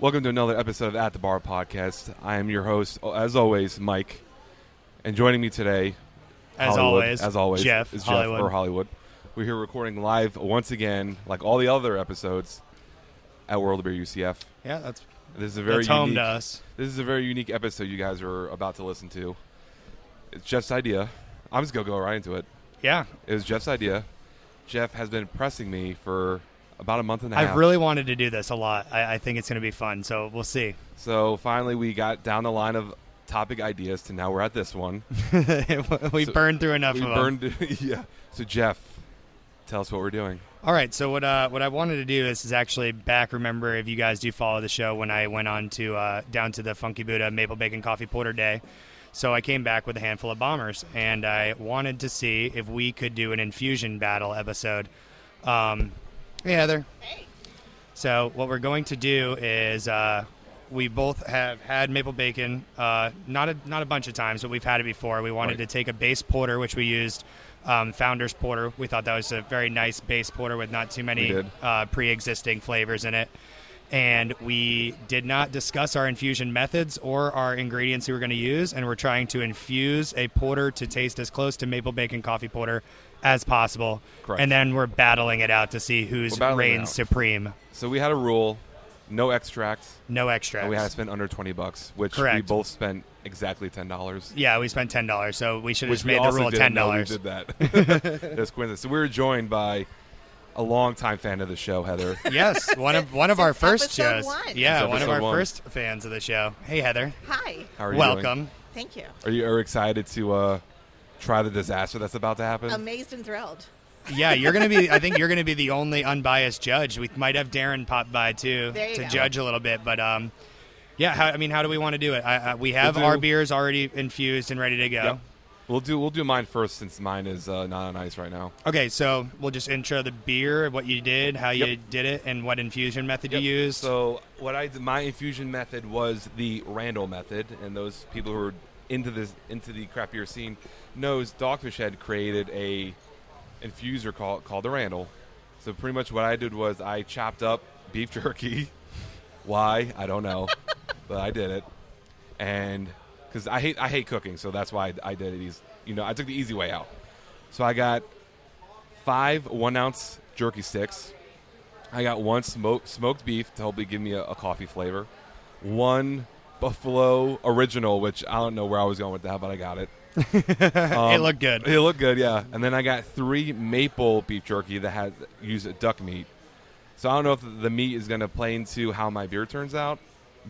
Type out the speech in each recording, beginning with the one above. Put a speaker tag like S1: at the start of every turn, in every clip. S1: Welcome to another episode of At the Bar podcast. I am your host, as always, Mike, and joining me today,
S2: As
S1: Hollywood,
S2: always,
S1: as always,
S2: Jeff,
S1: is Jeff
S2: Hollywood.
S1: or Hollywood. We're here recording live once again, like all the other episodes, at World Beer UCF.
S2: Yeah, that's
S1: This is a very
S2: that's home
S1: unique,
S2: to us.
S1: This is a very unique episode you guys are about to listen to. It's Jeff's idea. I'm just gonna go right into it.
S2: Yeah,
S1: It was Jeff's idea. Jeff has been pressing me for about a month and a half.
S2: I've really wanted to do this a lot. I, I think it's going to be fun. So we'll see.
S1: So finally, we got down the line of topic ideas to now we're at this one.
S2: we
S1: So-
S2: burned through enough
S1: we
S2: of them.
S1: burned, yeah. So Jeff, tell us what we're doing.
S2: All right. So what uh, what I wanted to do is, is actually back. Remember, if you guys do follow the show, when I went on to uh, down to the Funky Buddha Maple Bacon Coffee Porter Day, so I came back with a handful of bombers, and I wanted to see if we could do an infusion battle episode. Um, hey, Heather. So what we're going to do is uh, we both have had maple bacon, uh, not a not a bunch of times, but we've had it before. We wanted
S1: Right.
S2: to take a base porter, which we used um, Founder's Porter. We thought that was a very nice base porter with not too
S1: We
S2: many
S1: did.
S2: uh, pre-existing flavors in it. And we did not discuss our infusion methods or our ingredients we were going to use, and we're trying to infuse a porter to taste as close to maple bacon coffee porter as possible.
S1: Correct.
S2: And then we're battling it out to see who's
S1: We're battling it out.
S2: reigns supreme.
S1: So we had a rule: no extracts,
S2: No extra.
S1: and we had to spend under twenty bucks, which we
S2: Correct.
S1: both spent exactly ten dollars.
S2: yeah, we spent ten dollars, so we should have
S1: Which
S2: just
S1: we
S2: made the
S1: also
S2: rule
S1: did
S2: ten dollars.
S1: Did that? That's coincidence. So we were joined by a longtime fan of the show, Heather.
S2: Yes, one of one of our
S3: Since
S2: first
S3: episode
S2: shows.
S3: one.
S2: Yeah,
S1: Since
S2: one of
S1: episode
S2: our
S1: one.
S2: first fans of the show. Hey, Heather,
S3: Hi.
S1: How are you doing?
S2: welcome.
S3: Thank you.
S1: Are you are excited to uh, try the disaster that's about to happen?
S3: Amazed and thrilled.
S2: Yeah, you're gonna be. I think you're gonna be the only unbiased judge. We might have Darren pop by too
S3: There you
S2: to
S3: go.
S2: judge a little bit, but um, yeah. How, I mean, how do we want to do it? I, I, we have
S1: We'll do-
S2: our beers already infused and ready to go.
S1: Yep. We'll do we'll do mine first since mine is uh, not on ice right now.
S2: Okay, so we'll just intro the beer, what you did, how you
S1: Yep.
S2: did it, and what infusion method
S1: Yep.
S2: you used.
S1: So what I did, my infusion method was the Randall method, and those people who are into this into the craft beer scene knows Dogfish Head created a infuser called called the Randall. So pretty much what I did was I chopped up beef jerky. Why I don't know, but I did it, and because I hate I hate cooking, so that's why I, I did it. Easy. You know, I took the easy way out. So I got five one ounce jerky sticks. I got one smoke, smoked beef to hopefully give me a, a coffee flavor. One buffalo original, which I don't know where I was going with that, but I got it. um,
S2: it looked good.
S1: It looked good, yeah. And then I got three maple beef jerky that had used duck meat. So I don't know if the meat is going to play into how my beer turns out,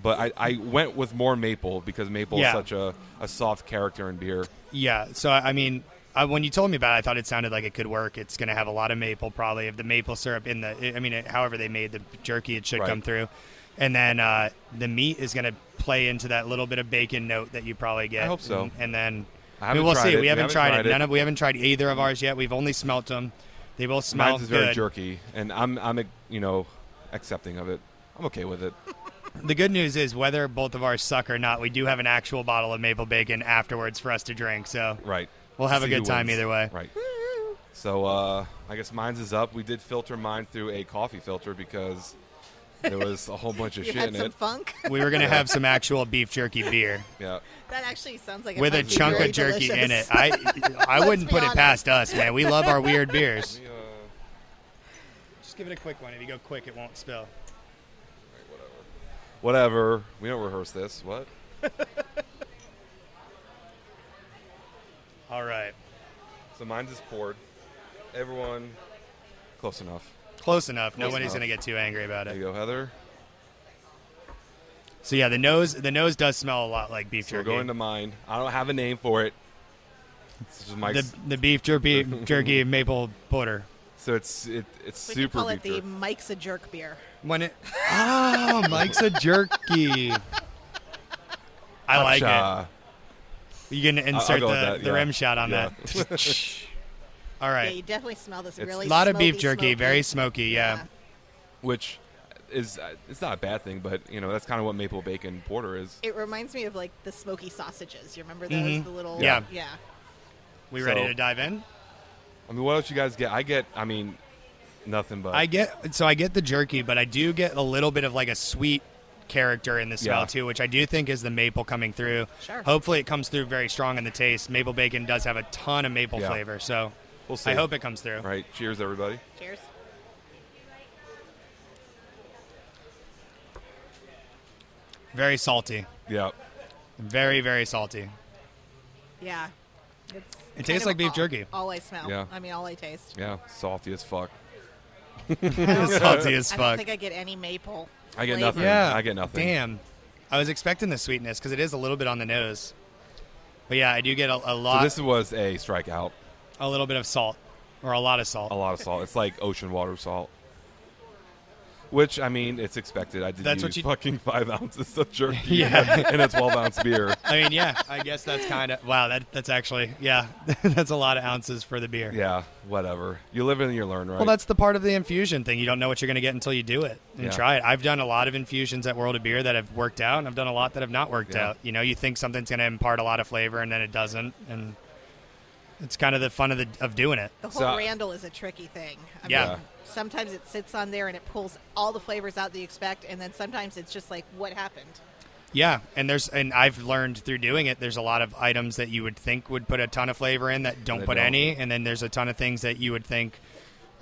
S1: but I, I went with more maple because maple
S2: Yeah.
S1: is such a, a soft character in beer.
S2: Yeah. So I I mean, I, when you told me about it, I thought it sounded like it could work. It's going to have a lot of maple, probably of the maple syrup in the. I mean, it, however they made the jerky, it should
S1: Right.
S2: come through, and then uh, the meat is going to play into that little bit of bacon note that you probably get.
S1: I hope so.
S2: And, and then
S1: I
S2: we
S1: haven't
S2: will
S1: tried
S2: see.
S1: it.
S2: We haven't, tried, it. None
S1: it.
S2: of we haven't tried either of ours yet. We've only smelt them. They both smell
S1: Mine's is very
S2: good.
S1: jerky, and I'm I'm you know accepting of it. I'm okay with it.
S2: The good news is whether both of ours suck or not, we do have an actual bottle of maple bacon afterwards for us to drink. So
S1: Right.
S2: We'll have a
S1: See who
S2: good time
S1: wins.
S2: either way.
S1: Right. So uh, I guess mine's is up. We did filter mine through a coffee filter because there was a whole bunch of
S3: You
S1: shit
S3: had
S1: in
S3: some
S1: it.
S3: funk.
S2: we were going to have some actual beef jerky beer.
S1: Yeah.
S3: that actually sounds like it
S2: with a
S3: might be
S2: chunk
S3: very
S2: of jerky in it.
S3: delicious.
S2: I I wouldn't
S3: be
S2: put it
S3: honest.
S2: past us, man. We love our weird beers.
S1: Let me, uh,
S2: Just give it a quick one. If you go quick, it won't spill.
S1: whatever. We don't rehearse this. What?
S2: All right,
S1: So mine's is poured. Everyone, close enough.
S2: close enough. Nobody's
S1: enough.
S2: gonna get too angry about
S1: There
S2: it.
S1: you go, Heather.
S2: So yeah, the nose the nose does smell a lot like beef
S1: So we're
S2: jerky.
S1: going to mine. I don't have a name for it. It's just
S2: the
S1: Mike's.
S2: the beef jerky jerky maple porter.
S1: so it's it, it's
S3: We could
S1: super
S3: call it
S1: beef
S3: the
S1: jerky.
S3: Mike's a jerk beer.
S2: When it oh, Mike's a jerky. I like it.
S1: Cha.
S2: You can insert the,
S1: go with that,
S2: the
S1: yeah.
S2: rim shot on
S1: Yeah.
S2: that. All
S3: Yeah, you
S2: right,
S3: definitely smell this
S1: It's-
S2: a
S3: really.
S2: lot of beef
S3: smoky,
S2: jerky,
S3: smoky.
S2: very smoky. yeah.
S1: which is uh, it's not a bad thing, but you know that's kind of what maple bacon porter is.
S3: It reminds me of like the smoky sausages. You remember those?
S2: Mhm.
S3: The little
S2: Yeah.
S3: yeah.
S2: We ready
S1: So-
S2: to dive in?
S1: I mean, what else you guys get? I get, I mean, nothing but
S2: I get so I get the jerky, but I do get a little bit of like a sweet character in the smell
S1: Yeah.
S2: too, which I do think is the maple coming through.
S3: Sure.
S2: Hopefully, it comes through very strong in the taste. Maple bacon does have a ton of maple
S1: Yeah.
S2: flavor, so
S1: We'll see.
S2: I hope it comes through.
S1: All right, cheers, everybody.
S3: Cheers.
S2: Very salty,
S1: Yeah,
S2: very very salty.
S3: Yeah. It's
S2: It
S3: kind
S2: tastes
S3: of
S2: like beef
S3: all-
S2: jerky.
S3: All I smell.
S1: Yeah.
S3: I mean, all I taste.
S1: yeah, salty as fuck.
S2: salty as
S3: I
S2: fuck.
S3: don't think I get any maple.
S1: I get
S3: flavor.
S1: nothing.
S2: Yeah,
S1: I get nothing.
S2: Damn, I was expecting the sweetness because it is a little bit on the nose. But yeah, I do get a, a
S1: So
S2: lot,
S1: this was a strikeout.
S2: a little bit of salt, or a lot of salt.
S1: A lot of salt. It's like ocean water salt. Which I mean, it's expected. I did use
S2: That's what you-
S1: fucking five ounces of jerky
S2: Yeah.
S1: and a twelve ounce beer.
S2: I mean, yeah, I guess that's kind of wow. That that's actually yeah, that's a lot of ounces for the beer.
S1: Yeah, whatever. You live and you learn, right?
S2: Well, that's the part of the infusion thing. You don't know what you're going to get until you do it and
S1: Yeah.
S2: try it. I've done a lot of infusions at World of Beer that have worked out, and I've done a lot that have not worked
S1: Yeah.
S2: out. You know, you think something's going to impart a lot of flavor, and then it doesn't, and it's kind of the fun of the of doing it.
S3: The whole
S1: So-
S3: Randall is a tricky thing. I
S2: Yeah.
S3: Mean, sometimes it sits on there and it pulls all the flavors out that you expect, and then sometimes it's just like, what happened?
S2: Yeah, and there's and I've learned through doing it. There's a lot of items that you would think would put a ton of flavor in that don't
S1: They
S2: put
S1: don't.
S2: any, and then there's a ton of things that you would think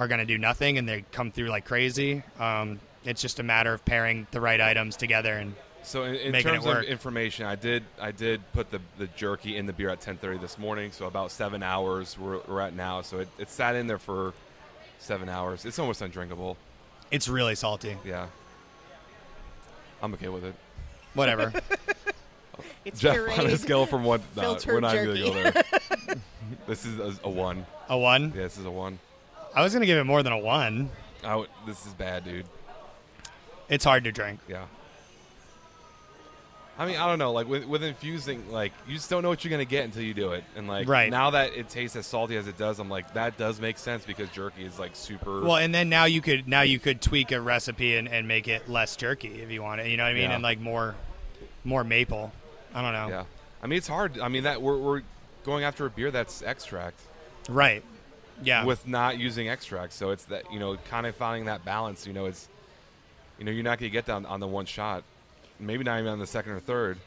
S2: are going to do nothing, and they come through like crazy. Um, it's just a matter of pairing the right items together, and
S1: So in, in
S2: Making it
S1: terms of
S2: work.
S1: information, I did I did put the, the jerky in the beer at ten thirty this morning. So about seven hours we're, we're at now. So it, it sat in there for seven hours. It's almost undrinkable.
S2: it's really salty.
S1: Yeah, I'm okay with it.
S2: Whatever.
S3: It's
S1: Jeff,
S3: pureed.
S1: on a scale from one, no,
S3: Filtered
S1: we're not going to go
S3: jerky.
S1: there. this is a, a one.
S2: a one.
S1: Yeah, this is a one.
S2: I was going to give it more than a one.
S1: I w- this is bad, dude.
S2: It's hard to drink.
S1: Yeah. I mean, I don't know. Like with, with infusing, like you just don't know what you're gonna get until you do it. And like
S2: Right.
S1: now that it tastes as salty as it does, I'm like that does make sense because jerky is like super.
S2: Well, and then now you could now you could tweak a recipe and, and make it less jerky if you want it. You know what I mean?
S1: Yeah.
S2: And like more more maple. I don't know.
S1: yeah. I mean, it's hard. I mean, that we're, we're going after a beer that's extract
S2: Right. Yeah.
S1: with not using extract, so it's that you know kind of finding that balance. You know, it's you know you're not gonna get down on the one shot, maybe not even on the second or third,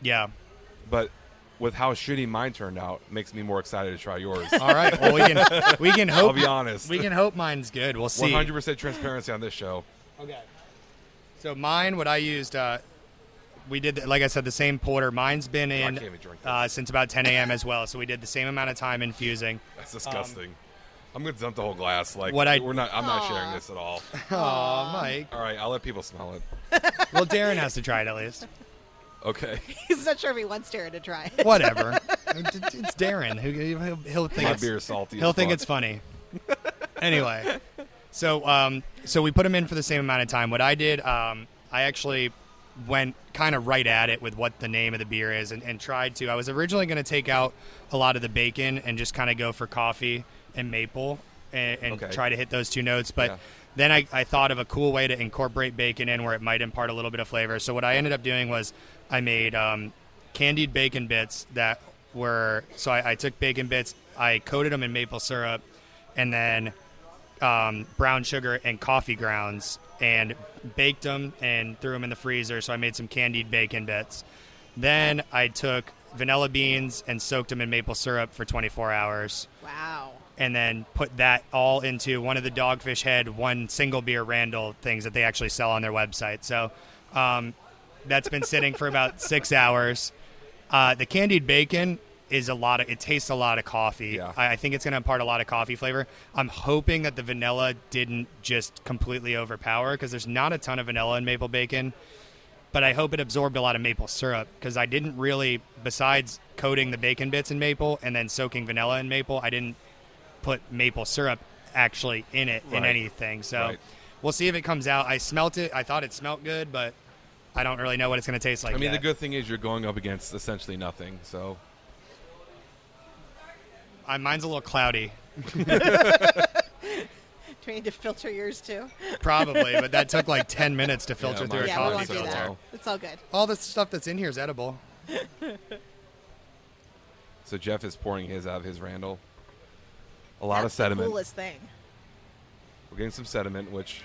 S2: yeah.
S1: but. With how shitty mine turned out, makes me more excited to try yours.
S2: All right. Well, we can we can
S1: I'll
S2: hope
S1: be honest.
S2: we can hope mine's good. We'll see.
S1: 100% transparency on this show.
S2: Okay. So mine, what I used, uh, we did like I said, the same porter. Mine's been
S1: Oh, I
S2: in
S1: can't even drink
S2: uh,
S1: this.
S2: since about 10 a.m. as well. So we did the same amount of time infusing.
S1: That's disgusting. I'm gonna dump the whole glass. Like
S2: Um, What I-
S1: we're not. I'm not sharing
S3: Aw.
S1: this at all.
S2: Oh, Mike.
S1: All right, I'll let people smell it.
S2: Well, Darren has to try it at least.
S1: Okay,
S3: He's not sure if he wants Tara to try it.
S2: Whatever. it's Darren. Who he'll, he'll think
S1: my
S2: it's,
S1: beer's salty. as
S2: He'll think
S1: fuck.
S2: it's funny. anyway, so um, so we put him in for the same amount of time. What I did, um, I actually went kind of right at it with what the name of the beer is, and, and tried to. I was originally going to take out a lot of the bacon and just kind of go for coffee and maple, and, and
S1: Okay.
S2: try to hit those two notes, but.
S1: Yeah.
S2: Then I, I thought of a cool way to incorporate bacon in where it might impart a little bit of flavor. So what I ended up doing was I made um, candied bacon bits that were so I, I took bacon bits, I coated them in maple syrup, and then um, brown sugar and coffee grounds, and baked them and threw them in the freezer. So I made some candied bacon bits. Then I took vanilla beans and soaked them in maple syrup for 24 hours
S3: Wow.
S2: and then put that all into one of the Dogfish Head one single beer Randall things that they actually sell on their website. So um, that's been sitting for about six hours. Uh, the candied bacon is a lot of it tastes a lot of coffee.
S1: Yeah.
S2: I, I think it's going to impart a lot of coffee flavor. I'm hoping that the vanilla didn't just completely overpower because there's not a ton of vanilla in maple bacon but I hope it absorbed a lot of maple syrup because I didn't really, besides coating the bacon bits in maple and then soaking vanilla in maple, I didn't put maple syrup actually in it in
S1: Right.
S2: anything. So
S1: Right.
S2: we'll see if it comes out. I smelt it. I thought it smelt good, but I don't really know what it's going to taste like.
S1: I mean, the
S2: yet.
S1: good thing is you're going up against essentially nothing. So
S2: Uh, mine's a little cloudy,
S3: Do we need to filter yours too?
S2: probably, but that took like 10 minutes to filter
S1: mine
S2: through a
S1: was
S3: yeah, we
S2: coffee
S3: won't do
S1: filter.
S2: filter.
S3: that. It's all good.
S2: All the stuff that's in here is edible.
S1: so Jeff is pouring his out of his Randall. A lot
S3: That's
S1: of
S3: the
S1: sediment.
S3: coolest thing.
S1: We're getting some sediment, which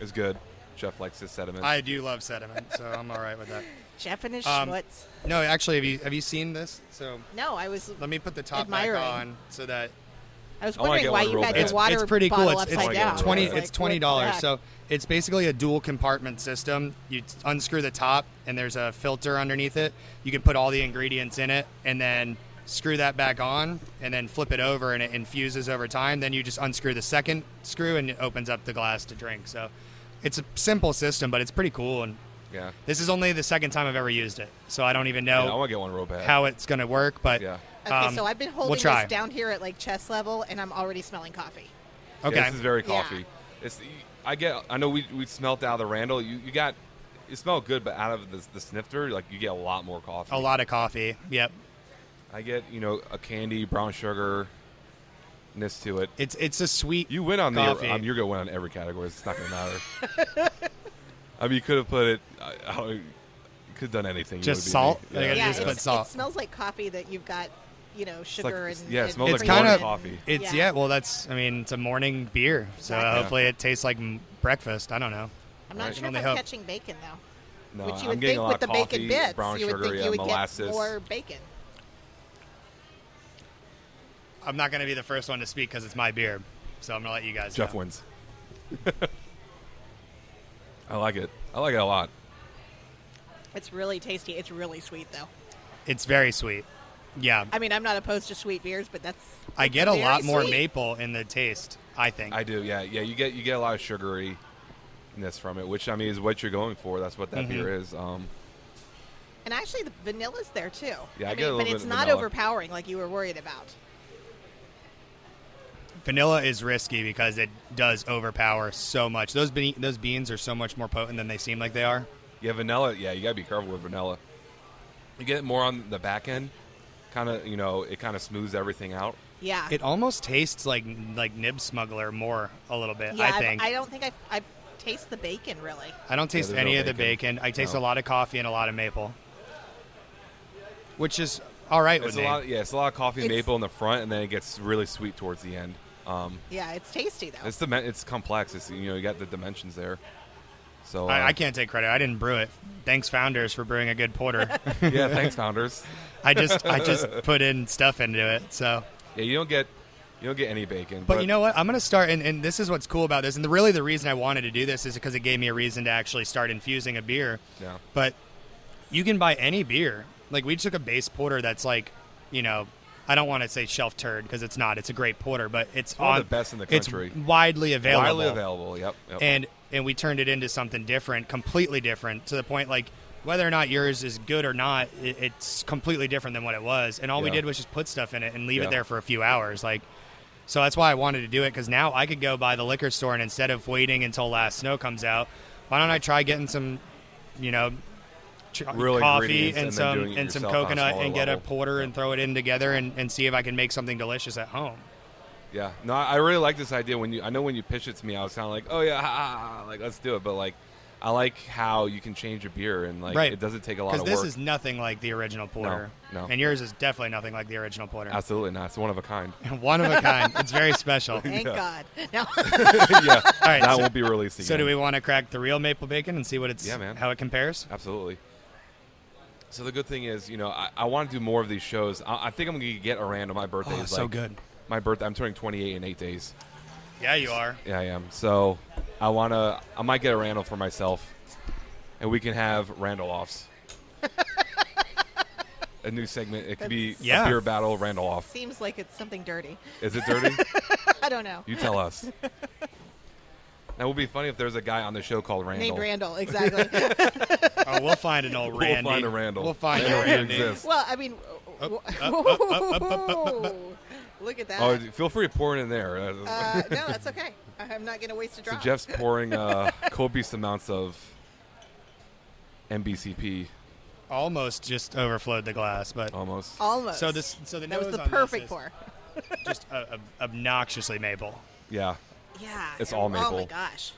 S1: is good. Jeff likes his sediment.
S2: I do love sediment, so I'm all right with that.
S3: Jeff and his
S2: Um,
S3: schmutz.
S2: No, actually, have you have you seen this? So
S3: No, I was
S2: let me put the top
S3: Admiring.
S2: back on so that
S3: I was
S1: I wanna
S3: wondering
S1: get
S3: why
S1: one
S3: you
S1: real
S3: had
S1: bad.
S3: your
S1: It's-
S3: water
S2: it's pretty cool.
S3: bottle
S2: It's,
S3: upside
S1: it's
S3: down.
S2: twenty.
S1: I was
S2: It's
S3: like, what the
S2: twenty dollars.
S3: heck?
S2: So it's basically a dual compartment system. You t- unscrew the top, and there's a filter underneath it. You can put all the ingredients in it, and then screw that back on, and then flip it over, and it infuses over time. Then you just unscrew the second screw, and it opens up the glass to drink. So it's a simple system, but it's pretty cool. And
S1: yeah.
S2: this is only the second time I've ever used it, so I don't even
S1: Yeah, I
S2: know
S1: want to get one real bad.
S2: how it's going to work. But
S1: Yeah.
S3: Okay,
S2: um,
S3: so I've been holding
S2: we'll try.
S3: this down here at like chest level, and I'm already smelling coffee.
S2: Okay.
S1: Yeah, this is very
S3: Yeah.
S1: coffee. It's I get. I know we we smelt out of the Randall. You you got. It smelled good, but out of the, the snifter, like you get a lot more coffee.
S2: a lot of coffee. Yep.
S1: I get you know a candy brown sugar. Ness to it.
S2: It's it's a sweet.
S1: You win on
S2: coffee.
S1: the. Um, you're gonna win on every category. It's not gonna matter. I mean, you could have put it. I, I don't, you could have done anything. You
S2: Just
S1: would be-
S2: salt?
S1: Yeah.
S2: Like, I
S3: Yeah,
S2: just
S3: it's-
S2: put salt.
S3: It smells like coffee that you've got, you know, sugar
S1: it's-
S3: and
S1: yeah, it
S3: and
S1: smells
S2: like
S3: cream
S2: morning
S3: and-
S1: coffee.
S2: It's
S3: Yeah.
S2: yeah. Well, that's I mean, it's a morning beer, so
S3: Exactly.
S2: hopefully it tastes like m- breakfast. I don't know.
S3: I'm not
S1: Right.
S3: sure if
S2: Only
S3: I'm
S2: hope.
S3: catching bacon though.
S1: No,
S3: Which you
S1: Uh, I'm
S3: would
S1: getting
S3: think
S1: a lot
S3: with the
S1: of coffee,
S3: bacon bits,
S1: brown
S3: you would
S1: sugar,
S3: think
S1: yeah,
S3: you would
S1: molasses.
S3: get more bacon.
S2: I'm not going to be the first one to speak because it's my beer, so I'm going to let you guys.
S1: Jeff
S2: know.
S1: wins. I like it. I like it a lot.
S3: It's really tasty. It's really sweet though.
S2: It's very sweet. Yeah,
S3: I mean, I'm not opposed to sweet beers, but that's
S2: I
S3: it's
S2: get a
S3: very
S2: lot more
S3: sweet.
S2: maple in the taste. I think.
S1: I do. Yeah, yeah. You get you get a lot of sugaryness from it, which I mean is what you're going for. That's what that
S2: Mhm.
S1: beer is. Um,
S3: And actually, the vanilla's there too.
S1: Yeah, I get a
S3: mean,
S1: little
S3: but
S1: bit
S3: it's
S1: of
S3: not
S1: vanilla.
S3: overpowering like you were worried about.
S2: Vanilla is risky because it does overpower so much. Those be- those beans are so much more potent than they seem like they are.
S1: yeah, vanilla. Yeah, you gotta be careful with vanilla. You get it more on the back end, kind of. You know, it kind of smooths everything out.
S3: Yeah,
S2: It almost tastes like like Nib Smuggler more a little bit.
S3: yeah.
S2: I
S3: I've-
S2: think.
S3: I don't think I I taste the bacon really.
S2: I don't taste
S1: there's
S2: any
S1: no
S2: of the
S1: bacon.
S2: bacon. I taste
S1: No.
S2: a lot of coffee and a lot of maple, which is all right with
S1: It's a
S2: me.
S1: lot. Yeah, it's a lot of coffee and
S3: It's-
S1: maple in the front, and then it gets really sweet towards the end. Um,
S3: Yeah, it's tasty though.
S1: it's the it's complex. It's you know you got the dimensions there. So
S2: I,
S1: uh,
S2: I can't take credit. I didn't brew it. Thanks, founders, for brewing a good porter.
S1: yeah, thanks, founders.
S2: I just I just put in stuff into it. So,
S1: Yeah, you don't get you don't get any bacon.
S2: but you know what? I'm gonna start, and, and this is what's cool about this. And the, really, the reason I wanted to do this is because it gave me a reason to actually start infusing a beer.
S1: Yeah.
S2: But you can buy any beer. Like we took a base porter that's like, you know, I don't want to say shelf turd because it's not. It's a great porter, but it's
S1: one
S2: on
S1: of the best in the
S2: it's
S1: country.
S2: widely available.
S1: widely available. Yep. yep.
S2: And and we turned it into something different, completely different to the point like whether or not yours is good or not, it, it's completely different than what it was. And all we
S1: Yeah.
S2: did was just put stuff in it and leave
S1: Yeah.
S2: it there for a few hours, like. So that's why I wanted to do it because now I could go by the liquor store and instead of waiting until last snow comes out, why don't I try getting some, you know, tr-
S1: Real
S2: coffee
S1: ingredients and then
S2: and, some
S1: doing it
S2: and some
S1: yourself on a
S2: coconut
S1: smaller
S2: and get a
S1: level.
S2: porter and throw it in together and, and see if I can make something delicious at home.
S1: yeah, no, I I really like this idea. When you, I know when you pitch it to me, I was kind of like, oh yeah, ah, ah, ah, like let's do it. But like, I like how you can change a beer and like
S2: right.
S1: it doesn't take a lot of
S2: Because
S1: work.
S2: this is nothing like the original porter.
S1: no.
S2: And yours is definitely nothing like the original porter.
S1: Absolutely not. It's one of a kind.
S2: One of a kind. It's very special. All
S3: Thank
S1: yeah.
S3: God. No,
S1: yeah,
S2: right.
S1: that
S2: so,
S1: won't be released again.
S2: so do we want to crack the real maple bacon and see what it's
S1: Yeah, man.
S2: how it compares?
S1: Absolutely. So the good thing is, you know, I, I want to do more of these shows. I, I think I'm going to get around on my birthday.
S2: Oh,
S1: is
S2: so
S1: like-
S2: good.
S1: My birthday. I'm turning 28 in eight days.
S2: Yeah, you are.
S1: Yeah, I am. So I want to. I might get a Randall for myself, and we can have Randall offs. a new segment. It could be
S2: Yeah.
S1: a beer battle Randall off.
S3: seems like it's something dirty.
S1: Is it dirty?
S3: I don't know.
S1: you tell us. That would be funny if there's a guy on the show called Randall.
S3: Named Randall, exactly.
S2: Oh, we'll find an old
S1: We'll
S2: Randy.
S1: find a Randall.
S2: We'll find
S1: Randall
S2: a Randy.
S1: exists.
S3: well, I mean, look at that.
S1: Oh, feel free to pour it in there.
S3: Uh, no, that's okay. I'm not going to waste a
S1: So
S3: drop.
S1: Jeff's pouring uh, copious amounts of MBCP
S2: Almost just overflowed the glass, but
S1: almost.
S3: Almost.
S2: so this so the
S3: that was
S2: nose
S3: the
S2: on this
S3: perfect
S2: is
S3: pour.
S2: Just uh, ob- obnoxiously maple.
S1: Yeah.
S3: Yeah.
S1: It's all
S3: Oh my
S1: maple.
S3: gosh.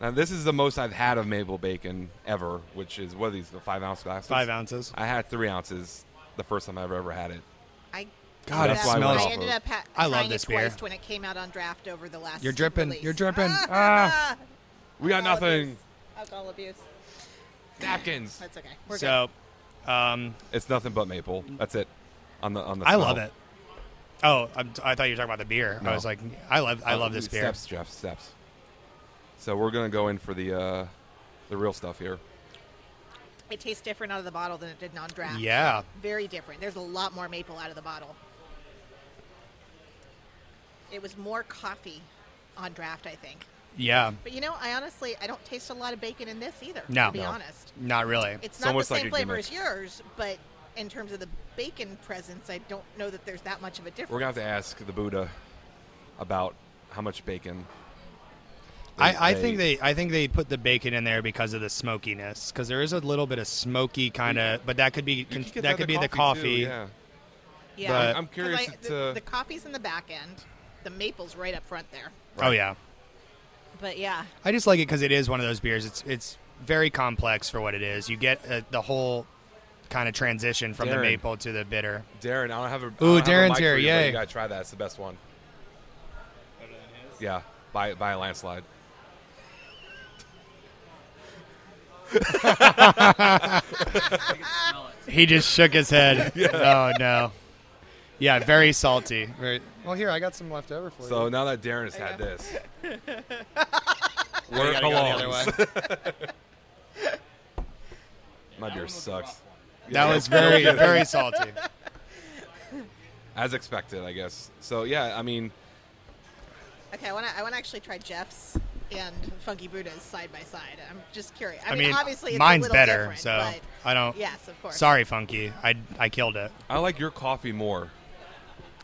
S1: Now this is the most I've had of maple bacon ever, which is what are these the five ounce glasses?
S2: Five ounces.
S1: I had three ounces the first time I've ever had it.
S3: I
S2: God,
S1: that's
S2: it
S1: why I
S2: smells.
S1: went
S3: I ended up ha-
S2: I love
S3: trying
S2: this
S3: it twice
S2: beer.
S3: when it came out on draft over the last.
S2: You're dripping.
S3: release.
S2: You're dripping.
S3: Ah,
S1: We got
S3: Oh,
S1: nothing.
S3: this- alcohol abuse.
S1: napkins.
S3: That's okay. We're good.
S2: so, um,
S1: It's nothing but maple. That's it. On the on the.
S2: I love
S1: smell.
S2: it. Oh, I'm, I thought you were talking about the beer.
S1: No.
S2: I was like, I love, I
S1: Uh,
S2: love this beer.
S1: Steps, Jeff. Steps. So we're gonna go in for the uh, the real stuff here.
S3: It tastes different out of the bottle than it did non draft.
S2: Yeah.
S3: Very different. There's a lot more maple out of the bottle. It was more coffee on draft, I think.
S2: Yeah.
S3: But you know, I honestly I don't taste a lot of bacon in this either.
S2: No.
S3: to be
S2: No.
S3: honest,
S2: Not really.
S3: it's
S1: It's
S3: not the
S1: almost like
S3: same
S1: a
S3: flavor
S1: gimmick.
S3: as yours, but in terms of the bacon presence, I don't know that there's that much of a difference.
S1: We're gonna have to ask the Buddha about how much bacon.
S2: I, I think they, I think they put the bacon in there because of the smokiness, because there is a little bit of smoky kind of, but that could be,
S1: You could get
S2: that, could be the coffee.
S1: too, yeah.
S3: yeah,
S2: but-
S1: I'm
S3: 'Cause
S1: curious
S3: I-
S1: to-
S3: the, the coffee's in the back end, the maple's right up front there.
S2: Oh yeah.
S3: But yeah,
S2: I just like it because it is one of those beers. It's it's very complex for what it is. You get uh, the whole kind of transition from the
S1: Darren.
S2: maple to the bitter.
S1: Darren, I don't have a. I don't
S2: Ooh,
S1: have a
S2: Darren's
S1: mic for
S2: here,
S1: you, but
S2: yay.
S1: You gotta try that. It's the best one. Yeah, by by a landslide.
S2: He just shook his head. Oh no. Yeah, very salty. Very. Well, here I got some left over for
S1: So now that Darren has had this,
S2: you.
S1: where it
S2: gotta go the other
S1: belongs.
S2: way.
S1: My beer sucks.
S2: That was very very salty.
S1: As expected, I guess. So yeah, I mean,
S3: okay, I want to I want to actually try Jeff's and Funky Buddha's side by side. I'm just curious. I,
S2: I mean,
S3: obviously it's a
S2: mine's
S3: little
S2: better.
S3: different,
S2: So
S3: but
S2: I don't.
S3: yes, of course.
S2: Sorry, Funky. I I killed it.
S1: I like your coffee more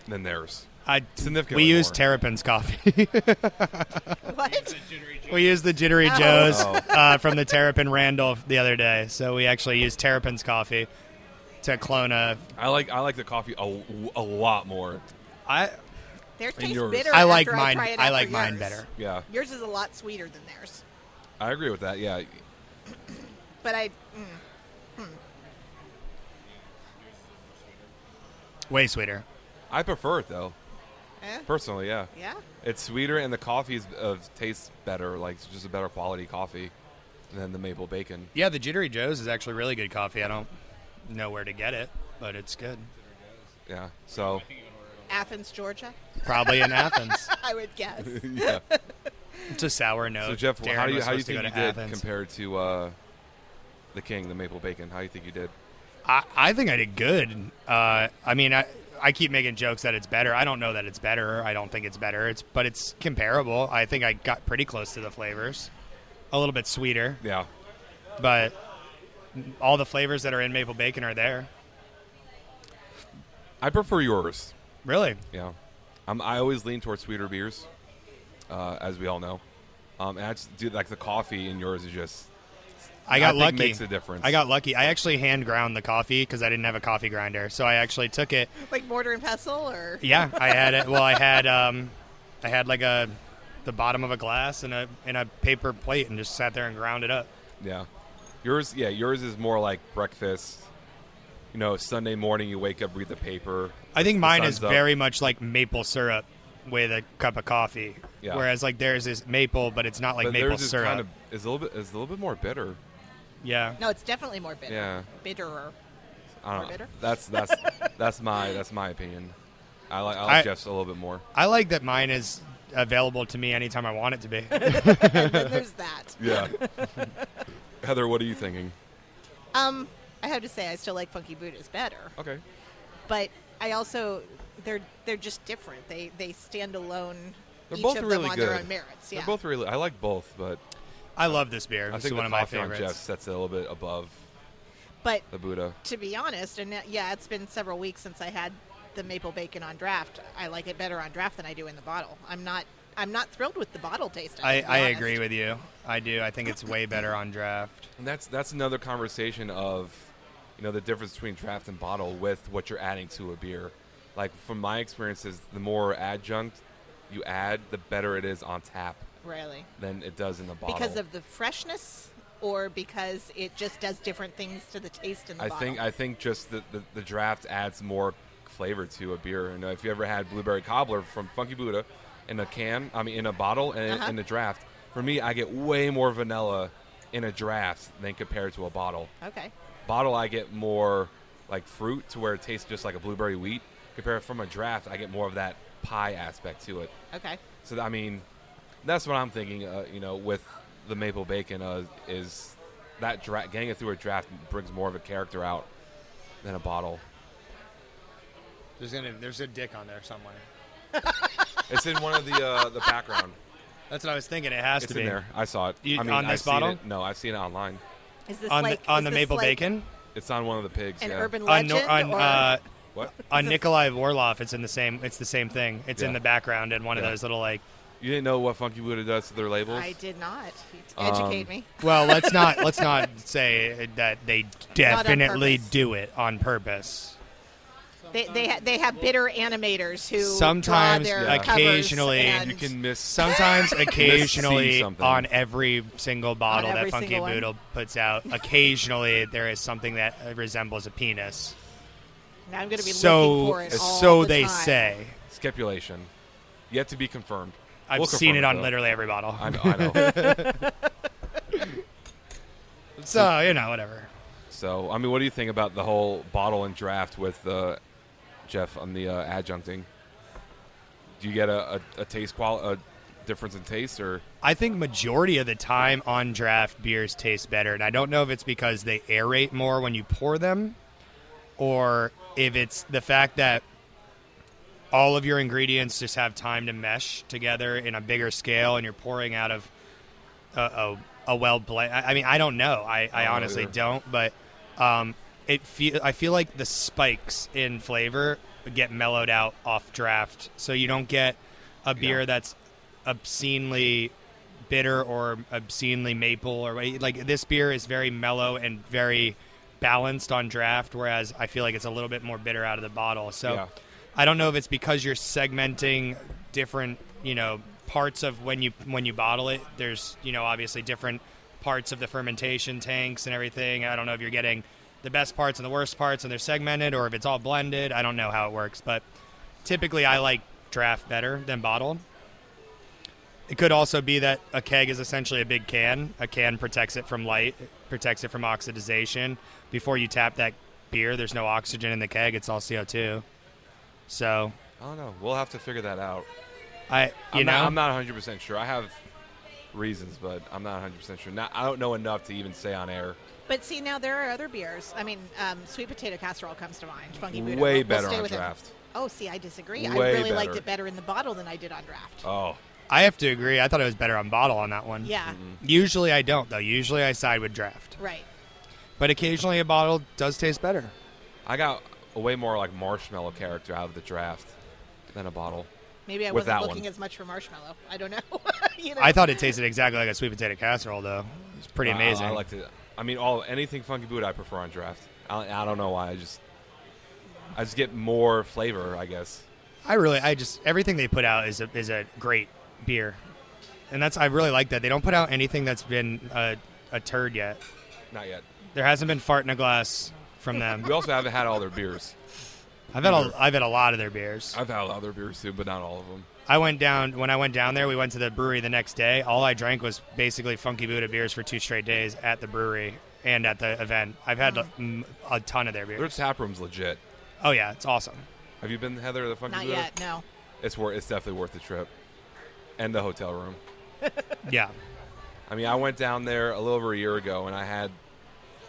S1: than theirs.
S2: I
S1: Significantly
S2: We use
S1: more.
S2: Terrapin's coffee.
S3: What?
S2: we used the Jittery
S3: Oh.
S2: Joe's
S1: Oh.
S2: uh, from the Terrapin Randall the other day. So we actually used Terrapin's coffee to clone a.
S1: I like I like the coffee a, a lot more.
S2: I
S3: Theirs tastes
S1: yours.
S3: bitter.
S2: I like
S3: after
S2: mine.
S3: I, try it
S2: I
S3: after
S2: like mine
S3: yours.
S2: better.
S1: Yeah,
S3: Yours is a lot sweeter than theirs,
S1: I agree with that. Yeah,
S3: but I mm,
S2: Way sweeter.
S1: I prefer it though,
S3: eh,
S1: personally. Yeah,
S3: yeah.
S1: it's sweeter and the coffee is, uh, tastes better. Like it's just a better quality coffee than the maple bacon.
S2: Yeah, the Jittery Joe's is actually really good coffee. I don't know where to get it, but it's good.
S1: Yeah, so
S3: Athens, Georgia.
S2: Probably in Athens.
S3: I would guess.
S1: yeah.
S2: It's a sour note.
S1: So Jeff,
S2: Oh, Darren
S1: how do you
S2: was
S1: how do you
S2: supposed to
S1: think
S2: go
S1: you
S2: to
S1: did
S2: Athens.
S1: compared to uh, the king, the maple bacon? How do you think you did?
S2: I, I think I did good. Uh, I mean, I, I keep making jokes that it's better. I don't know that it's better. I don't think it's better. It's but it's comparable. I think I got pretty close to the flavors. A little bit sweeter,
S1: Yeah,
S2: but all the flavors that are in maple bacon are there.
S1: I prefer yours.
S2: Really?
S1: Yeah, um, I always lean towards sweeter beers, uh, as we all know. Um, and I just do like the coffee in yours is just
S2: I got
S1: think
S2: lucky.
S1: makes a difference.
S2: I got lucky. I actually hand ground the coffee because I didn't have a coffee grinder, so I actually took it.
S3: like mortar and pestle, or
S2: Yeah, I had it. Well, I had um, I had like a the bottom of a glass and a and a paper plate and just sat there and ground it up.
S1: Yeah. Yours, yeah, yours is more like breakfast. You know, Sunday morning you wake up, read the paper.
S2: I think
S1: the
S2: mine
S1: sun's
S2: is
S1: up.
S2: very much like maple syrup with a cup of coffee.
S1: Yeah.
S2: Whereas like theirs is maple, but it's not like
S1: But
S2: maple
S1: theirs is
S2: syrup.
S1: Kind of, is a little bit is a little bit more bitter.
S2: yeah.
S3: no, it's definitely more bitter.
S1: Yeah.
S3: Bitterer.
S1: I
S3: More
S1: don't know.
S3: bitter?
S1: That's that's that's my that's my opinion. I like I like
S2: I-
S1: Jeff's a little bit more.
S2: I like that mine is available to me anytime I want it to be.
S3: And then there's that.
S1: Yeah. Heather, what are you thinking?
S3: Um, I have to say, I still like Funky Buddha's better,
S1: Okay.
S3: but I also they're they're just different. They they stand alone.
S1: They're
S3: each
S1: both
S3: of
S1: really
S3: them on
S1: good.
S3: their own merits. Yeah.
S1: They're both really I like both, but
S2: I love this beer.
S1: I
S2: This
S1: think
S2: is one
S1: the
S2: of my
S1: coffee on
S2: favorites.
S1: Jeff sets it a little bit above
S3: but
S1: the Buddha.
S3: to be honest, and that- yeah, it's been several weeks since I had the maple bacon on draft. I like it better on draft than I do in the bottle. I'm not I'm not thrilled with the bottle taste.
S2: I, I agree with you. I do. I think it's way better on draft.
S1: And that's that's another conversation of, you know, the difference between draft and bottle with what you're adding to a beer. Like from my experiences, the more adjunct you add, the better it is on tap
S3: Really,
S1: than it does in the bottle.
S3: because of the freshness, or because it just does different things to the taste in the
S1: I
S3: bottle.
S1: think I think just the, the, the draft adds more flavor to a beer. And uh, if you ever had blueberry cobbler from Funky Buddha in a can, I mean in a bottle and
S3: Uh-huh.
S1: in the draft, for me I get way more vanilla in a draft than compared to a bottle.
S3: Okay.
S1: Bottle, I get more like fruit to where it tastes just like a blueberry wheat. Compared from a draft, I get more of that pie aspect to it.
S3: Okay.
S1: So I mean, that's what I'm thinking. Uh, you know, with the maple bacon uh, is that dra- getting it through a draft brings more of a character out than a bottle.
S2: There's gonna there's a dick on there somewhere.
S1: It's in one of the uh, the background.
S2: That's what I was thinking. It has
S1: It's
S2: to be
S1: in there. I saw it.
S2: You-
S1: I mean,
S2: on this
S1: I've seen
S2: bottle?
S1: it. No, I've seen it online.
S3: Is this
S2: on
S3: like
S2: the, on
S3: is
S2: the
S3: this
S2: maple
S3: like
S2: bacon
S1: It's on one of the pigs.
S3: An
S1: yeah.
S3: urban
S2: on
S3: legend
S2: Nor- on
S3: or
S2: uh,
S1: What?
S2: on Nikolai Vorloff. It's in the same. It's the same thing. It's in
S1: Yeah.
S2: the background in one
S1: Yeah.
S2: of those little like.
S1: You didn't know what Funky Buddha does to their labels?
S3: I did not
S1: Um,
S3: educate me.
S2: Well, let's not let's not say that they definitely
S3: purpose.
S2: do it on purpose.
S3: They they ha- they have bitter animators who draw
S2: Sometimes,
S3: their
S1: yeah.
S3: covers
S2: occasionally,
S3: and
S1: You can miss.
S2: Sometimes, occasionally,
S1: something.
S2: on every single bottle that
S3: every
S2: Funky
S3: single one.
S2: Boodle puts out, occasionally there is something that uh, resembles a penis.
S3: now I'm going to be looking
S2: So,
S3: for it all
S2: so
S3: the
S2: they
S3: time.
S2: say.
S1: Speculation. Yet to be confirmed.
S2: I've
S1: We'll
S2: seen it
S1: confirm
S2: on
S1: though.
S2: literally every bottle.
S1: I know. I know.
S2: so you know, whatever.
S1: so, I mean, what do you think about the whole bottle and draft with uh, Jeff on the uh, adjuncting? Do you get a, a, a taste qual a difference in taste or
S2: I think majority of the time on draft beers taste better, and I don't know if it's because they aerate more when you pour them, or if it's the fact that all of your ingredients just have time to mesh together in a bigger scale, and you're pouring out of a, a, a well blend. I, I mean, I don't know. I, I
S1: I don't
S2: honestly
S1: either.
S2: don't, but um, it feel I feel like the spikes in flavor get mellowed out off draft, so you don't get a beer
S1: Yeah.
S2: that's obscenely bitter or obscenely maple or like this beer is very mellow and very balanced on draft whereas i feel like it's a little bit more bitter out of the bottle so
S1: Yeah.
S2: i don't know if it's because you're segmenting different you know parts of when you when you bottle it there's you know obviously different parts of the fermentation tanks and everything i don't know if you're getting the best parts and the worst parts and they're segmented or if it's all blended i don't know how it works but typically i like draft better than bottle it could also be that a keg is essentially a big can. A can protects it from light, it protects it from oxidization. Before you tap that beer, there's no oxygen in the keg, it's all CO2. So,
S1: I don't know. We'll have to figure that out.
S2: I you
S1: I'm
S2: know,
S1: not, I'm not 100 percent sure. I have reasons, but I'm not 100 percent sure. Not, I don't know enough to even say on air.
S3: But see, now there are other beers. I mean, um, sweet potato casserole comes to mind. Funky
S1: Way
S3: Buddha. We'll- we'll
S1: better
S3: stay
S1: on
S3: with it.
S1: draft.
S3: Oh, see, I disagree. I
S1: Way
S3: really liked
S1: better.
S3: it better in the bottle than I did on draft.
S1: Oh,
S2: I have to agree. I thought it was better on bottle on that one.
S3: yeah,
S2: Usually I don't though. Usually I side with draft.
S3: right.
S2: But occasionally a bottle does taste better.
S1: I got a way more like marshmallow character out of the draft than a bottle.
S3: Maybe I
S1: With
S3: wasn't
S1: that
S3: looking
S1: one.
S3: as much for marshmallow. I don't know. you know.
S2: I thought it tasted exactly like a sweet potato casserole though. It's pretty
S1: I-
S2: amazing.
S1: I, like to. I mean, all anything Funky Buddha I prefer on draft. I, I don't know why. I just I just get more flavor, I guess.
S2: I really, I just everything they put out is a, is a great beer, and that's I really like that they don't put out anything that's been a, a turd yet.
S1: Not yet.
S2: There hasn't been fart in a glass from them.
S1: We also haven't had all their beers.
S2: I've had a, I've had a lot of their beers.
S1: I've had other beers too, but not all of them.
S2: I went down when I went down there. We went to the brewery the next day. All I drank was basically Funky Buddha beers for two straight days at the brewery and at the event. I've had mm, a, ton of their
S1: Their
S2: beers.
S1: tap room's legit.
S2: Oh yeah, it's awesome.
S1: Have you been Heather to the Funky
S3: Not
S1: Buddha?
S3: yet. No.
S1: It's worth. It's definitely worth the trip, and the hotel room.
S2: Yeah,
S1: I mean, I went down there a little over a year ago, and I had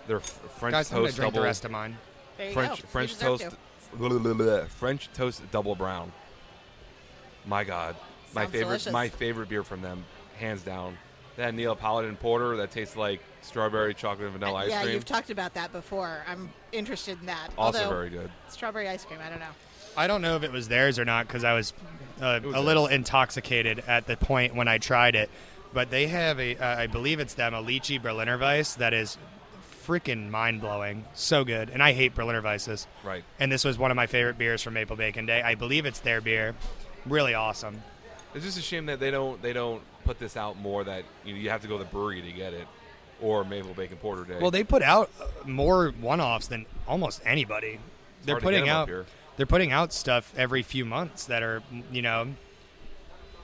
S1: their f- French
S2: guys, I'm gonna
S1: toast
S2: drink
S1: double
S2: the rest of mine.
S3: There you
S1: French
S3: go. You
S1: French
S3: deserve
S1: toast
S3: to.
S1: blah, blah, blah, blah. French toast double brown. My God, my
S3: Sounds
S1: favorite
S3: delicious.
S1: my favorite beer from them, hands down. That Neapolitan porter that tastes like strawberry chocolate and vanilla
S3: yeah,
S1: ice cream.
S3: you've talked about that before. I'm interested in that.
S1: also
S3: Although,
S1: very good.
S3: strawberry ice cream. I don't know.
S2: I don't know if it was theirs or not because I was, uh,
S1: was
S2: a little intoxicated at the point when I tried it. But they have a, uh, I believe it's them, a lychee Berliner Weiss that is freaking mind blowing. So good. And I hate Berliner Weisses.
S1: Right.
S2: And this was one of my favorite beers from Maple Bacon Day. I believe it's their beer. Really awesome.
S1: It's just a shame that they don't they don't put this out more. That you, know, you have to go to the brewery to get it, or Maple Bacon Porter Day.
S2: Well, they put out uh, more one-offs than almost anybody. they're
S1: hard to get
S2: putting
S1: 'em up
S2: out
S1: here.
S2: they're putting out stuff every few months that are you know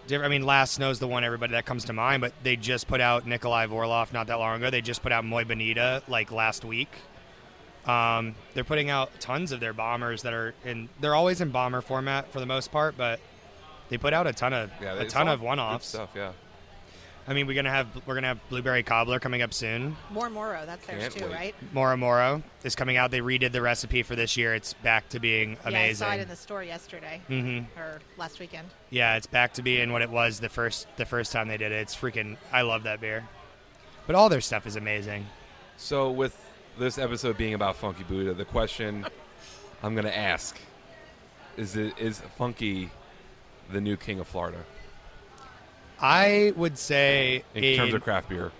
S2: Different- I mean, Last Snow's the one everybody that comes to mind, but they just put out Nikolai Vorloff not that long ago. They just put out Moy Bonita like last week. Um, they're putting out tons of their bombers that are in. They're always in bomber format for the most part, but they put out a ton of
S1: Yeah,
S2: a
S1: it's
S2: ton
S1: all
S2: of
S1: good
S2: one offs.
S1: stuff. Yeah,
S2: I mean, we're gonna have we're gonna have Blueberry Cobbler coming up soon.
S3: More Moro, that's theirs
S1: Can't
S3: too,
S1: wait.
S3: right?
S2: Moro Moro is coming out. They redid the recipe for this year. It's back to being amazing.
S3: Yeah, I saw it in the store yesterday
S2: Mhm.
S3: or last weekend.
S2: Yeah, it's back to being what it was the first the first time they did it. It's freaking I love that beer. But all their stuff is amazing.
S1: So, with this episode being about Funky Buddha, the question I'm going to ask is: it, Is Funky the new king of Florida
S2: I would say
S1: in
S2: it,
S1: terms of craft beer?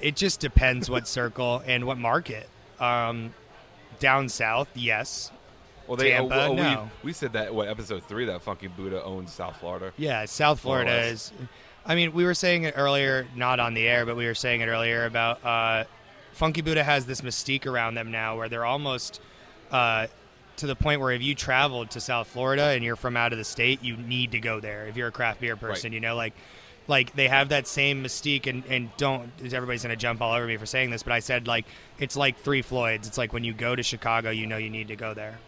S2: it just depends what circle and what market. Um, down south, yes.
S1: Well,
S2: Tampa, no.
S1: we, we said that what episode three that Funky Buddha owns South Florida.
S2: Yeah, South
S1: More or
S2: Florida
S1: less.
S2: is. I mean, we were saying it earlier, not on the air, but we were saying it earlier about uh, Funky Buddha has this mystique around them now, where they're almost uh, to the point where if you traveled to South Florida and you're from out of the state, you need to go there if you're a craft beer person.
S1: Right.
S2: You know, like like they have that same mystique, and and don't everybody's gonna jump all over me for saying this, but I said like it's like Three Floyds. It's like when you go to Chicago, you know you need to go there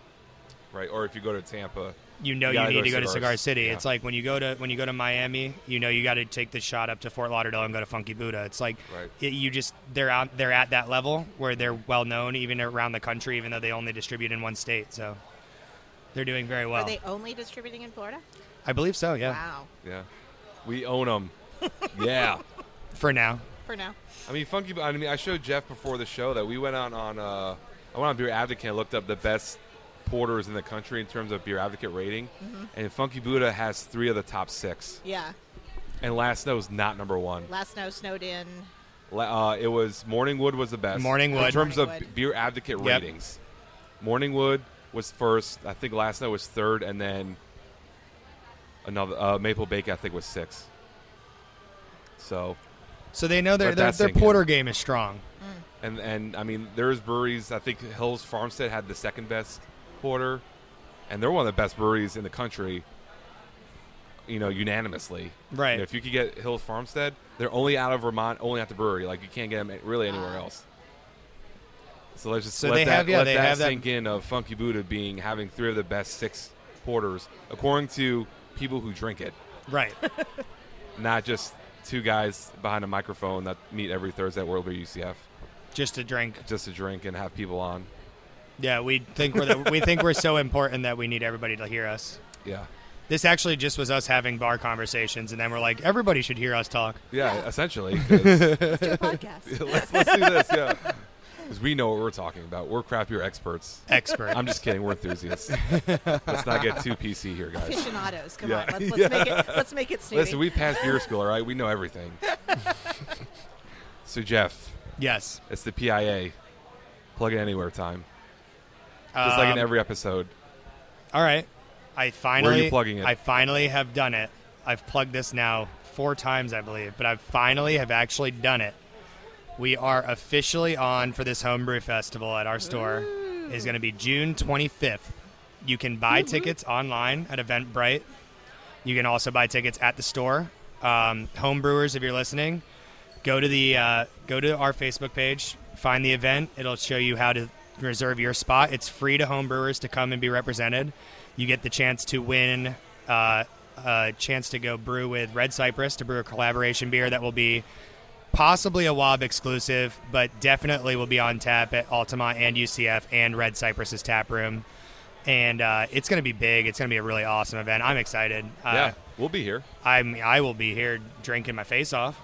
S1: Right, or if you go to Tampa,
S2: you know
S1: You
S2: you,
S1: gotta
S2: need
S1: go to
S2: to go to
S1: Cigars.
S2: Cigar City.
S1: Yeah.
S2: It's like when you go to when you go to Miami, you know you got to take the shot up to Fort Lauderdale and go to Funky Buddha. It's like
S1: Right.
S2: it- you just they're out they're at that level where they're well known even around the country, even though they only distribute in one state. So they're doing very well.
S3: Are they only distributing in Florida?
S2: I believe so. Oh. Yeah,
S3: Wow.
S1: yeah, we own them. yeah,
S2: for now.
S3: For now.
S1: I mean Funky. Bu- I mean, I showed Jeff before the show that we went out on. Uh, I went on Beer Advocate and looked up the best porters in the country in terms of Beer Advocate rating,
S2: Mm-hmm.
S1: and Funky Buddha has three of the top six.
S3: Yeah.
S1: And Last Snow's not number one.
S3: Last snow snowed in.
S1: La- Uh, it was Morningwood was the best.
S2: Morningwood.
S1: in terms of
S3: Morningwood.
S1: beer advocate
S2: Yep.
S1: ratings. Morningwood was first. I think last night was third, and then another uh, Maple Bake I think was sixth. So
S2: So they know their
S1: But
S2: their,
S1: that's
S2: their
S1: thinking.
S2: porter game is strong.
S1: and and I mean there's breweries. I think Hills Farmstead had the second best porter, and they're one of the best breweries in the country. You know, unanimously.
S2: Right.
S1: You know, if you could get Hills Farmstead, they're only out of Vermont, only at the brewery. Like you can't get them really anywhere
S3: Ah.
S1: else. So let's just
S2: So
S1: let
S2: they
S1: that
S2: have- yeah,
S1: let
S2: they
S1: that
S2: have that-
S1: sink in of Funky Buddha being having three of the best six porters according to people who drink it,
S2: Right.
S1: not just two guys behind a microphone that meet every Thursday at World Beer UCF
S2: just to drink.
S1: just to drink and have people on.
S2: Yeah, we think we're the, we think we're so important that we need everybody to hear us.
S1: Yeah.
S2: This actually just was us having bar conversations, and then we're like, everybody should hear us talk.
S1: Yeah, essentially. 'cause-
S3: Let's do a podcast.
S1: let's, let's do this, yeah. Because we know what we're talking about. We're craft beer experts.
S2: Expert.
S1: I'm just kidding. We're enthusiasts. let's not get too PC here, guys.
S3: Aficionados. Come
S1: Yeah.
S3: on. Let's, let's
S1: Yeah.
S3: make it let's make it snooty.
S1: Listen, we passed beer school, all right? We know everything. so, Jeff,
S2: yes.
S1: it's the PIA. Plug it anywhere time. Just like in
S2: Um,
S1: every episode.
S2: All right. I finally.
S1: plugging it?
S2: I finally have done it. I've plugged this now four times, I believe, but I finally have actually done it. We are officially on for this homebrew festival at our store. Is going to be June 25th. You can buy tickets online at Eventbrite. You can also buy tickets at the store. Um, homebrewers, if you're listening, go to the uh, go to our Facebook page, find the event. It'll show you how to reserve your spot. It's free to homebrewers to come and be represented. You get the chance to win uh, a chance to go brew with Red Cypress to brew a collaboration beer that will be possibly a Wob exclusive, but definitely will be on tap at Altamont and UCF and Red Cypress's tap room. And uh, it's going to be big. It's going to be a really awesome event. I'm excited.
S1: yeah,
S2: Uh,
S1: we'll be here.
S2: I'm. I will be here drinking my face off.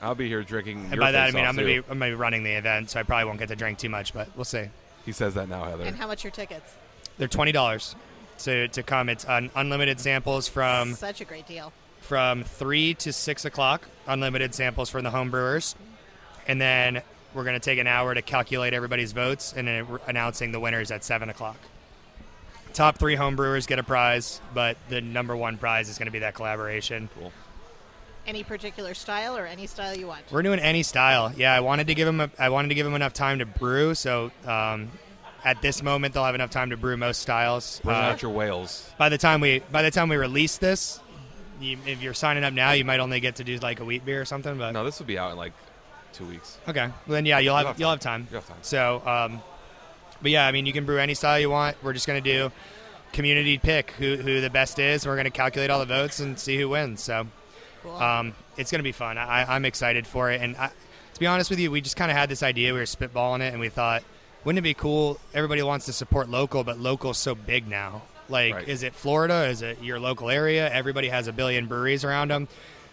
S1: I'll be here drinking.
S2: And
S1: your
S2: by that I
S1: face
S2: mean
S1: off,
S2: I'm gonna be
S1: too.
S2: I'm gonna be running the event, so I probably won't get to drink too much, but we'll see.
S1: He says that now, Heather.
S3: and how much are tickets?
S2: They're twenty dollars to to come. It's un- unlimited samples
S1: Um,
S2: from
S3: Such a great deal.
S2: from three to six o'clock. Unlimited samples from the home brewers, and then we're gonna take an hour to calculate everybody's votes and then we're announcing the winners at seven o'clock. Top three home brewers get a prize, but the number one prize is gonna be that collaboration.
S1: cool.
S3: Any particular style or any style you want?
S2: We're doing any style. Yeah, I wanted to give him. A, I wanted to give him enough time to brew. So um, at this moment, they'll have enough time to brew most styles.
S1: Bring
S2: Uh,
S1: out your whales.
S2: by the time we by the time we release this, you, if you're signing up now, you might only get to do like a wheat beer or something. But
S1: No, this will be out in like two weeks.
S2: okay, well, then yeah, you'll have,
S1: have
S2: you'll
S1: time.
S2: have time.
S1: You'll have time.
S2: So, um, but yeah, I mean, you can brew any style you want. We're just gonna do community pick who who the best is. We're gonna calculate all the votes and see who wins. So
S3: Cool.
S1: Uh,
S2: um, it's going to be fun. I, I'm excited for it. And I, to be honest with you, we just kind of had this idea. We were spitballing it, and we thought, wouldn't it be cool? Everybody wants to support local, but local's so big now. Like,
S1: Right.
S2: is it Florida? Is it your local area? Everybody has a billion breweries around them.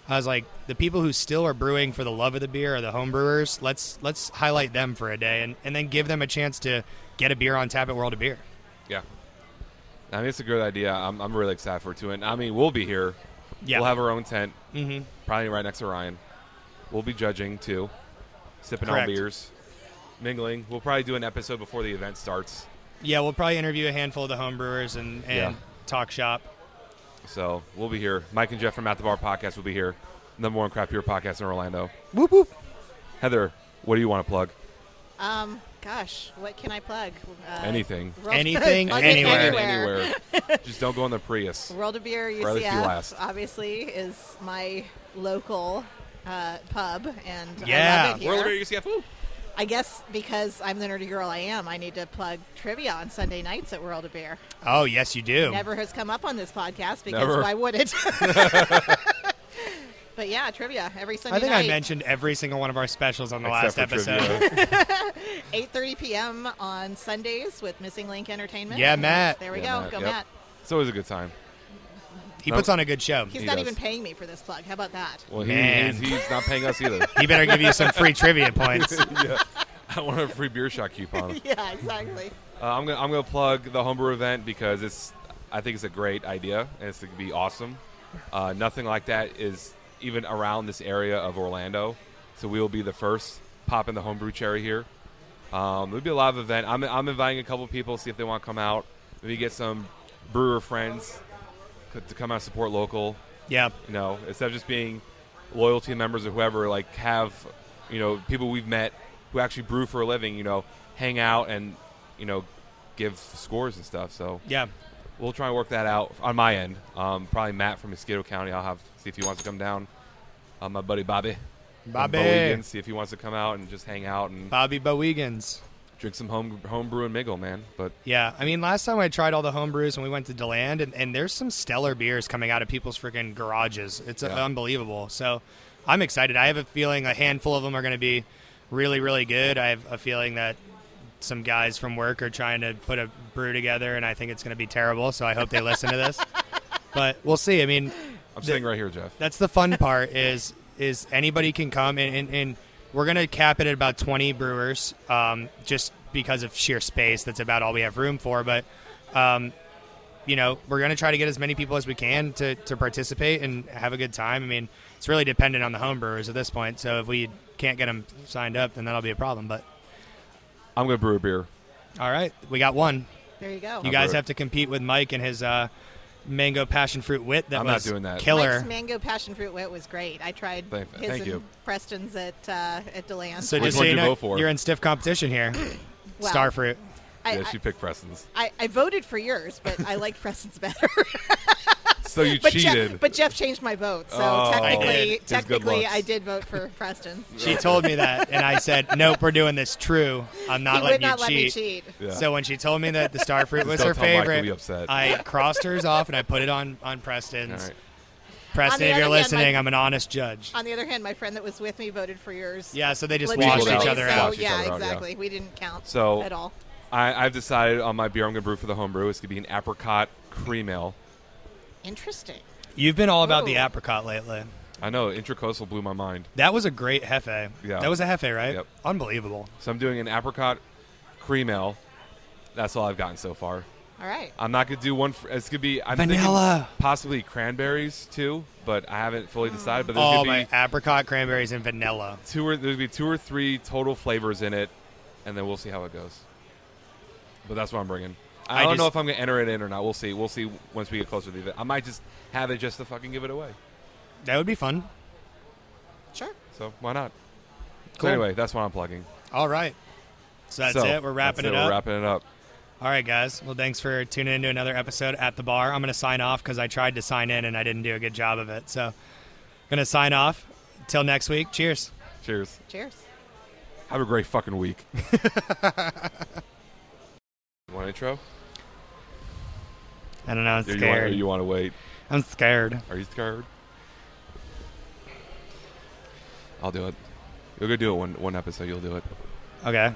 S2: I was like, the people who still are brewing for the love of the beer are the home brewers. Let's let's highlight them for a day, and, and then give them a chance to get a beer on tap at World of Beer.
S1: Yeah. I mean, it's a good idea. I'm, I'm really excited for it too. And I mean, we'll be here.
S2: Yeah.
S1: We'll have our own tent,
S2: Mm-hmm.
S1: probably right next to Ryan. We'll be judging too, sipping on
S2: Correct.
S1: beers, mingling. We'll probably do an episode before the event starts.
S2: Yeah, we'll probably interview a handful of the home brewers and, and
S1: Yeah.
S2: talk shop.
S1: So we'll be here. Mike and Jeff from At the Bar Podcast will be here. Number one craft beer podcast in Orlando.
S2: Whoop whoop.
S1: Heather, what do you want to plug?
S3: um, gosh, what can I plug? Uh,
S1: Anything.
S3: World-
S2: Anything,
S3: plug it
S2: anywhere.
S1: Anywhere. Just don't go in the Prius.
S3: World of Beer
S1: Rather be last.
S3: UCF obviously is my local uh, pub, and I
S2: Yeah,
S3: love it here.
S1: World of Beer UCF. Woo!
S3: I guess because I'm the nerdy girl I am, I need to plug trivia on Sunday nights at World of Beer.
S2: Oh yes, you do.
S3: Never has come up on this podcast because
S1: Never.
S3: why would it? but yeah, trivia every Sunday
S2: I think
S3: night,
S2: I mentioned every single one of our specials on the last
S1: Except for
S2: episode.
S1: trivia.
S3: 8:30 p.m. on Sundays with Missing Link Entertainment.
S2: Yeah, Matt.
S3: There we
S1: Yeah,
S3: go.
S1: Matt,
S3: Go
S1: yep.
S3: Matt.
S1: It's always a good time.
S2: He
S1: No.
S2: puts on a good show.
S3: He's
S1: He
S3: not
S1: does.
S3: even paying me for this plug. How about that?
S1: Well, he,
S2: Man.
S1: he's, he's not paying us either.
S2: He better give you some free trivia points.
S1: I want a free beer shot coupon.
S3: yeah, exactly.
S1: Uh, I'm gonna I'm gonna plug the homebrew event because it's I think it's a great idea and it's gonna be awesome. Uh, nothing like that is even around this area of Orlando, so we will be the first pop in the homebrew cherry here. Um, it'll be a live event. I'm I'm inviting a couple people see if they want to come out. Maybe get some brewer friends c- to come out and support local.
S2: Yeah.
S1: You know, instead of just being loyalty members or whoever, like have you know people we've met who actually brew for a living. You know, hang out and you know give scores and stuff. So
S2: Yeah.
S1: we'll try and work that out on my end. Um, probably Matt from Mosquito County. I'll have see if he wants to come down. Uh, my buddy Bobby. from
S2: Bobby.
S1: Bowiegans, see if he wants to come out and just hang out and
S2: Bobby Bowegans.
S1: drink some home home brew and miggle, man. But
S2: Yeah. I mean, last time I tried all the home brews when we went to Deland, and, and there's some stellar beers coming out of people's freaking garages. It's uh
S1: Yeah.
S2: unbelievable. So I'm excited. I have a feeling a handful of them are going to be really, really good. I have a feeling that some guys from work are trying to put a brew together, and I think it's going to be terrible. So I hope they listen to this. But we'll see. I mean,
S1: I'm
S2: the-
S1: sitting right here, Jeff.
S2: that's the fun part is is anybody can come and, and, and we're gonna cap it at about 20 brewers um, just because of sheer space that's about all we have room for but um, you know we're gonna try to get as many people as we can to, to participate and have a good time i mean it's really dependent on the home brewers at this point so if we can't get them signed up then that'll be a problem but
S1: I'm gonna brew a beer.
S2: all right we got one
S3: There you go.
S2: you
S1: I'll
S2: guys
S1: brew it.
S2: have to compete with mike and his uh, mango passion fruit wit that
S1: I'm not
S2: was
S1: doing that.
S2: killer
S3: Mike's mango passion fruit wit was great. I tried
S1: Thank-
S3: his
S1: thank
S3: and
S1: you.
S3: Preston's at uh, at Deland.
S2: so
S1: Which
S2: just so
S1: one
S2: you
S1: did you
S2: know
S1: vote for?
S2: you're in stiff competition here
S3: Well,
S2: Starfruit.
S3: I,
S1: yeah, she picked Preston's.
S3: I, I voted for yours, but I liked Preston's better.
S1: So you
S3: but
S1: cheated.
S3: Jeff, but Jeff changed my vote, so
S1: Oh.
S2: I did.
S3: technically,
S2: His
S1: good
S3: technically,
S1: looks.
S3: I did vote for Preston's.
S2: She told me that, and I said, "Nope, we're doing this true. I'm not
S3: he would
S2: letting
S3: not
S2: you
S3: let me
S2: cheat."
S3: cheat.
S1: Yeah.
S2: So when she told me that the starfruit was
S1: don't
S2: her
S1: tell Mike, he'll
S2: favorite,
S1: be upset.
S2: I crossed hers off and I put it on on Preston's.
S1: all right.
S3: On
S2: Preston,
S3: the
S2: if
S3: other
S2: you're
S3: hand,
S2: listening,
S3: my-
S2: I'm an honest judge.
S3: On the other hand, my friend that was with me voted for yours.
S2: Yeah, so they just
S1: Legitimately,
S2: washed each other
S1: so-
S2: out.
S1: Washed each
S3: yeah,
S1: other out, yeah.
S3: exactly. We didn't count
S1: So-
S3: at all.
S1: I, I've decided on my beer I'm going to brew for the homebrew. It's going to be an apricot cream ale.
S3: Interesting.
S2: You've been all about the
S3: Ooh.
S2: apricot lately.
S1: I know, Intracoastal blew my mind.
S2: That was a great hefe.
S1: Yeah.
S2: That was a hefe, right?
S1: Yep.
S2: Unbelievable.
S1: So I'm doing an apricot cream ale. That's all I've gotten so far.
S3: All right.
S1: I'm not going to do one. For, it's going to be I'm thinking
S2: Vanilla.
S1: Possibly cranberries too, but I haven't fully decided. But there's
S2: Oh
S1: going
S2: my!
S1: to be
S2: Apricot, cranberries, and vanilla.
S1: two or there's going to be two or three total flavors in it, and then we'll see how it goes. But that's what I'm bringing. I,
S2: I
S1: don't
S2: just-
S1: know if I'm going to enter it in or not. We'll see. We'll see once we get closer to the event. I might just have it just to fucking give it away.
S2: That would be fun.
S3: Sure.
S1: So why not?
S2: Cool.
S1: So anyway, that's what I'm plugging.
S2: All right. So that's
S1: So,
S2: it. We're wrapping
S1: that's
S2: it up.
S1: We're wrapping it up.
S2: All right, guys. Well, thanks for tuning into another episode at the bar. I'm going to sign off because I tried to sign in and I didn't do a good job of it. So, going to sign off. Till next week. Cheers.
S1: Cheers.
S3: Cheers.
S1: Have a great fucking week. want intro?
S2: I don't know. I'm
S1: Or you want, or
S2: scared.
S1: you want to wait?
S2: I'm scared.
S1: Are you scared? I'll do it. You'll go do it one one episode. You'll do it.
S2: Okay.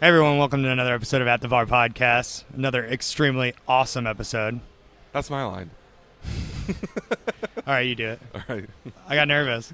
S2: Hey everyone, welcome to another episode of At the Var Podcast. Another extremely awesome episode.
S1: That's my line.
S2: All right, you do it.
S1: All right.
S2: I got nervous.